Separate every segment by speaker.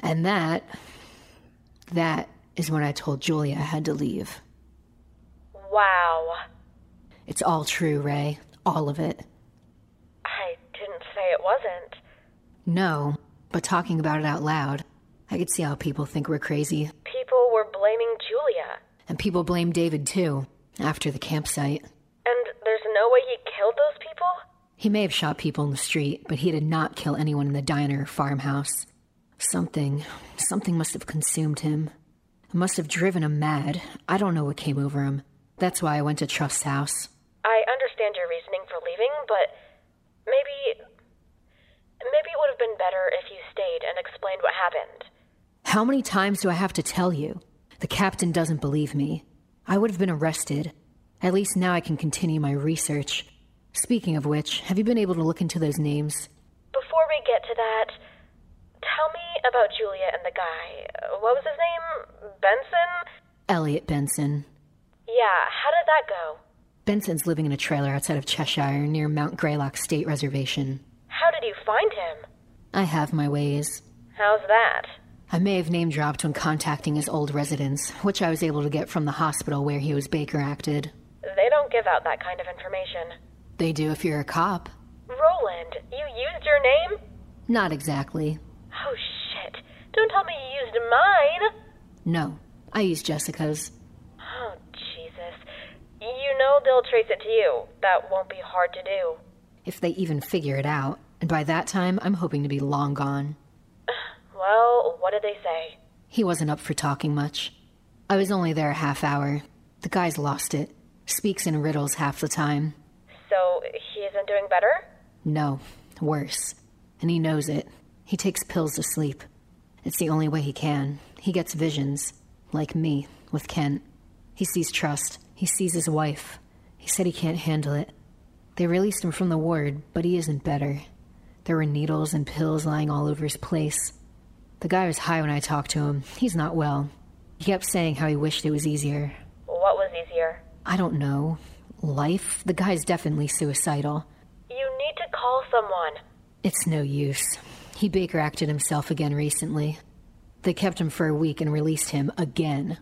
Speaker 1: And that, that is when I told Julia I had to leave.
Speaker 2: Wow.
Speaker 1: It's all true, Ray. All of it.
Speaker 2: I didn't say it wasn't.
Speaker 1: No, but talking about it out loud, I could see how people think we're crazy.
Speaker 2: People were blaming Julia.
Speaker 1: And people blame David too, after the campsite.
Speaker 2: And there's no way he killed those people?
Speaker 1: He may have shot people in the street, but he did not kill anyone in the diner or farmhouse. Something, something must have consumed him. It must have driven him mad. I don't know what came over him. That's why I went to Trust's house.
Speaker 2: I understand your reasoning for leaving, but maybe. Maybe it would have been better if you stayed and explained what happened.
Speaker 1: How many times do I have to tell you? The captain doesn't believe me. I would have been arrested. At least now I can continue my research. Speaking of which, have you been able to look into those names?
Speaker 2: Before we get to that, tell me about Julia and the guy. Uh, What was his name? Benson?
Speaker 1: Elliot Benson.
Speaker 2: Yeah, how did that go?
Speaker 1: Benson's living in a trailer outside of Cheshire near Mount Greylock State Reservation.
Speaker 2: How did you find him?
Speaker 1: I have my ways.
Speaker 2: How's that?
Speaker 1: I may have name dropped when contacting his old residence, which I was able to get from the hospital where he was Baker acted.
Speaker 2: They don't give out that kind of information.
Speaker 1: They do if you're a cop.
Speaker 2: Roland, you used your name?
Speaker 1: Not exactly.
Speaker 2: Oh shit. Don't tell me you used mine.
Speaker 1: No, I use Jessica's.
Speaker 2: Oh, Jesus. You know they'll trace it to you. That won't be hard to do.
Speaker 1: If they even figure it out, and by that time I'm hoping to be long gone.
Speaker 2: Well, what did they say?
Speaker 1: He wasn't up for talking much. I was only there a half hour. The guy's lost it. Speaks in riddles half the time.
Speaker 2: So, he isn't doing better?
Speaker 1: No, worse. And he knows it. He takes pills to sleep. It's the only way he can. He gets visions, like me, with Kent. He sees trust. He sees his wife. He said he can't handle it. They released him from the ward, but he isn't better. There were needles and pills lying all over his place. The guy was high when I talked to him. He's not well. He kept saying how he wished it was easier.
Speaker 2: What was easier?
Speaker 1: I don't know. Life? The guy's definitely suicidal.
Speaker 2: You need to call someone.
Speaker 1: It's no use. He Baker acted himself again recently. They kept him for a week and released him again.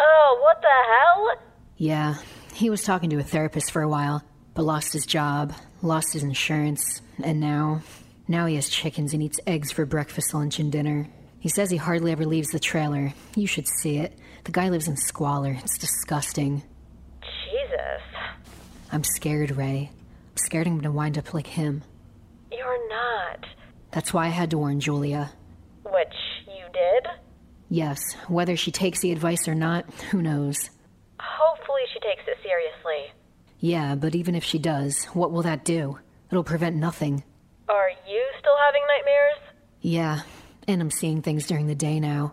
Speaker 2: Oh, what the hell?
Speaker 1: Yeah, he was talking to a therapist for a while, but lost his job, lost his insurance, and now. Now he has chickens and eats eggs for breakfast, lunch, and dinner. He says he hardly ever leaves the trailer. You should see it. The guy lives in squalor. It's disgusting.
Speaker 2: Jesus.
Speaker 1: I'm scared, Ray. I'm scared I'm gonna wind up like him.
Speaker 2: You're not.
Speaker 1: That's why I had to warn Julia.
Speaker 2: Which you did?
Speaker 1: Yes, whether she takes the advice or not, who knows?
Speaker 2: Hopefully, she takes it seriously.
Speaker 1: Yeah, but even if she does, what will that do? It'll prevent nothing.
Speaker 2: Are you still having nightmares?
Speaker 1: Yeah, and I'm seeing things during the day now.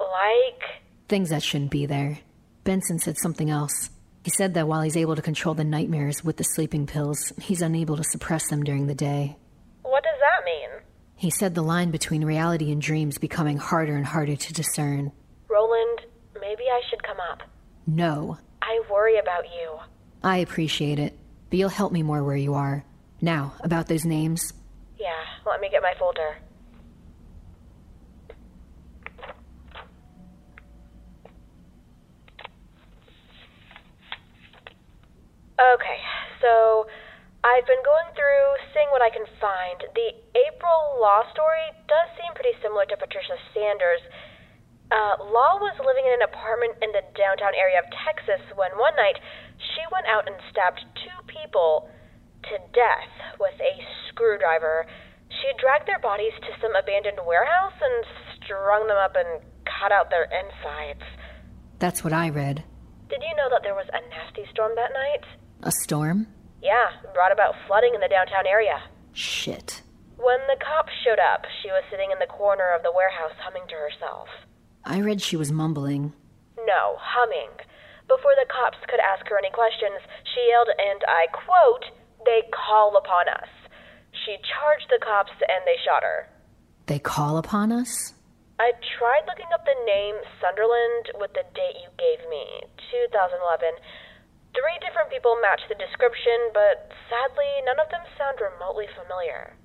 Speaker 2: Like,
Speaker 1: Things that shouldn't be there. Benson said something else. He said that while he's able to control the nightmares with the sleeping pills, he's unable to suppress them during the day.
Speaker 2: what does that mean?
Speaker 1: He said the line between reality and dreams becoming harder and harder to discern.
Speaker 2: Roland, maybe I should come up.
Speaker 1: No,
Speaker 2: I worry about you.
Speaker 1: I appreciate it, but you'll help me more where you are. Now, about those names.
Speaker 2: Yeah, let me get my folder. Okay, so I've been going through, seeing what I can find. The April Law story does seem pretty similar to Patricia Sanders. Uh, Law was living in an apartment in the downtown area of Texas when one night she went out and stabbed two people to death with a screwdriver. She dragged their bodies to some abandoned warehouse and strung them up and cut out their insides.
Speaker 1: That's what I read.
Speaker 2: Did you know that there was a nasty storm that night?
Speaker 1: A storm?
Speaker 2: Yeah, brought about flooding in the downtown area.
Speaker 1: Shit.
Speaker 2: When the cops showed up, she was sitting in the corner of the warehouse humming to herself.
Speaker 1: I read she was mumbling.
Speaker 2: No, humming. Before the cops could ask her any questions, she yelled, and I quote, they call upon us. She charged the cops and they shot her.
Speaker 1: They call upon us?
Speaker 2: I tried looking up the name Sunderland with the date you gave me, 2011. Three different people matched the description, but sadly, none of them sound remotely familiar.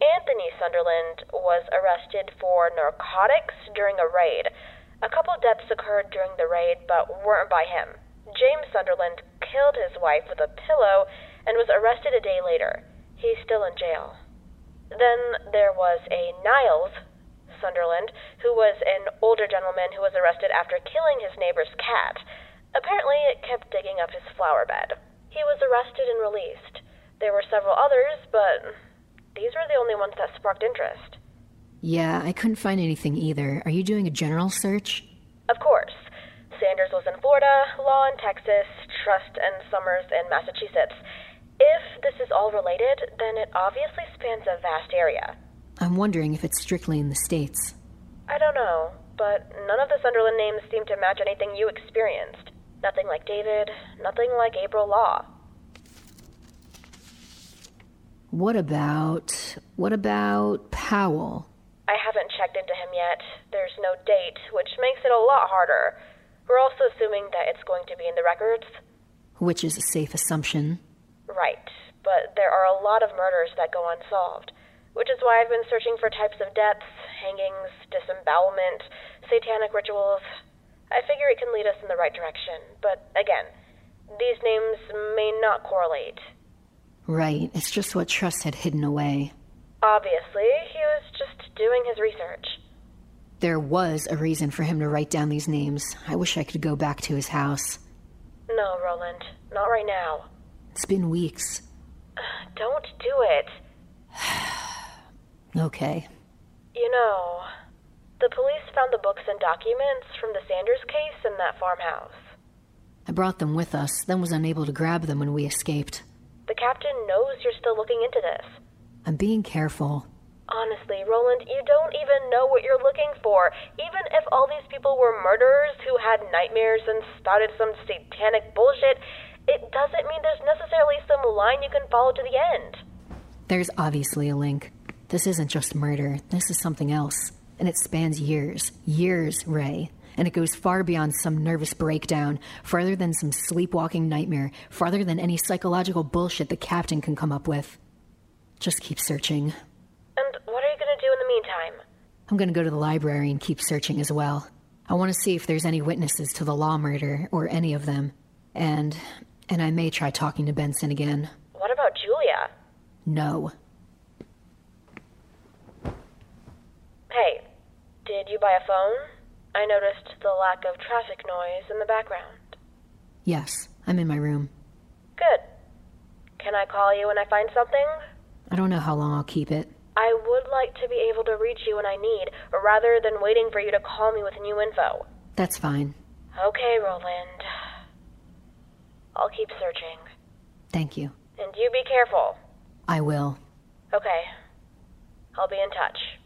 Speaker 2: Anthony Sunderland was arrested for narcotics during a raid. A couple deaths occurred during the raid, but weren't by him. James Sunderland killed his wife with a pillow and was arrested a day later. He's still in jail. Then there was a Niles Sunderland, who was an older gentleman who was arrested after killing his neighbor's cat. Apparently, it kept digging up his flower bed. He was arrested and released. There were several others, but these were the only ones that sparked interest.
Speaker 1: Yeah, I couldn't find anything either. Are you doing a general search?
Speaker 2: Of course. Sanders was in Florida, Law in Texas, Trust and Summers in Massachusetts. If this is all related, then it obviously spans a vast area.
Speaker 1: I'm wondering if it's strictly in the States.
Speaker 2: I don't know, but none of the Sunderland names seem to match anything you experienced. Nothing like David, nothing like April Law.
Speaker 1: What about. What about Powell?
Speaker 2: I haven't checked into him yet. There's no date, which makes it a lot harder. We're also assuming that it's going to be in the records.
Speaker 1: Which is a safe assumption.
Speaker 2: Right, but there are a lot of murders that go unsolved, which is why I've been searching for types of deaths, hangings, disembowelment, satanic rituals. I figure it can lead us in the right direction, but again, these names may not correlate.
Speaker 1: Right, it's just what Trust had hidden away.
Speaker 2: Obviously, he was just doing his research.
Speaker 1: There was a reason for him to write down these names. I wish I could go back to his house.
Speaker 2: No, Roland, not right now.
Speaker 1: It's been weeks.
Speaker 2: Don't do it.
Speaker 1: Okay.
Speaker 2: You know, the police found the books and documents from the Sanders case in that farmhouse.
Speaker 1: I brought them with us, then was unable to grab them when we escaped.
Speaker 2: The captain knows you're still looking into this.
Speaker 1: I'm being careful.
Speaker 2: Honestly, Roland, you don't even know what you're looking for. Even if all these people were murderers who had nightmares and spouted some satanic bullshit, it doesn't mean there's necessarily some line you can follow to the end.
Speaker 1: There's obviously a link. This isn't just murder, this is something else. And it spans years. Years, Ray. And it goes far beyond some nervous breakdown, farther than some sleepwalking nightmare, farther than any psychological bullshit the captain can come up with. Just keep searching.
Speaker 2: And what are you going to do in the meantime?
Speaker 1: I'm gonna go to the library and keep searching as well. I wanna see if there's any witnesses to the law murder, or any of them. And. and I may try talking to Benson again.
Speaker 2: What about Julia?
Speaker 1: No.
Speaker 2: Hey, did you buy a phone? I noticed the lack of traffic noise in the background.
Speaker 1: Yes, I'm in my room.
Speaker 2: Good. Can I call you when I find something?
Speaker 1: I don't know how long I'll keep it.
Speaker 2: I would like to be able to reach you when I need, rather than waiting for you to call me with new info.
Speaker 1: That's fine.
Speaker 2: Okay, Roland. I'll keep searching.
Speaker 1: Thank you.
Speaker 2: And you be careful.
Speaker 1: I will.
Speaker 2: Okay. I'll be in touch.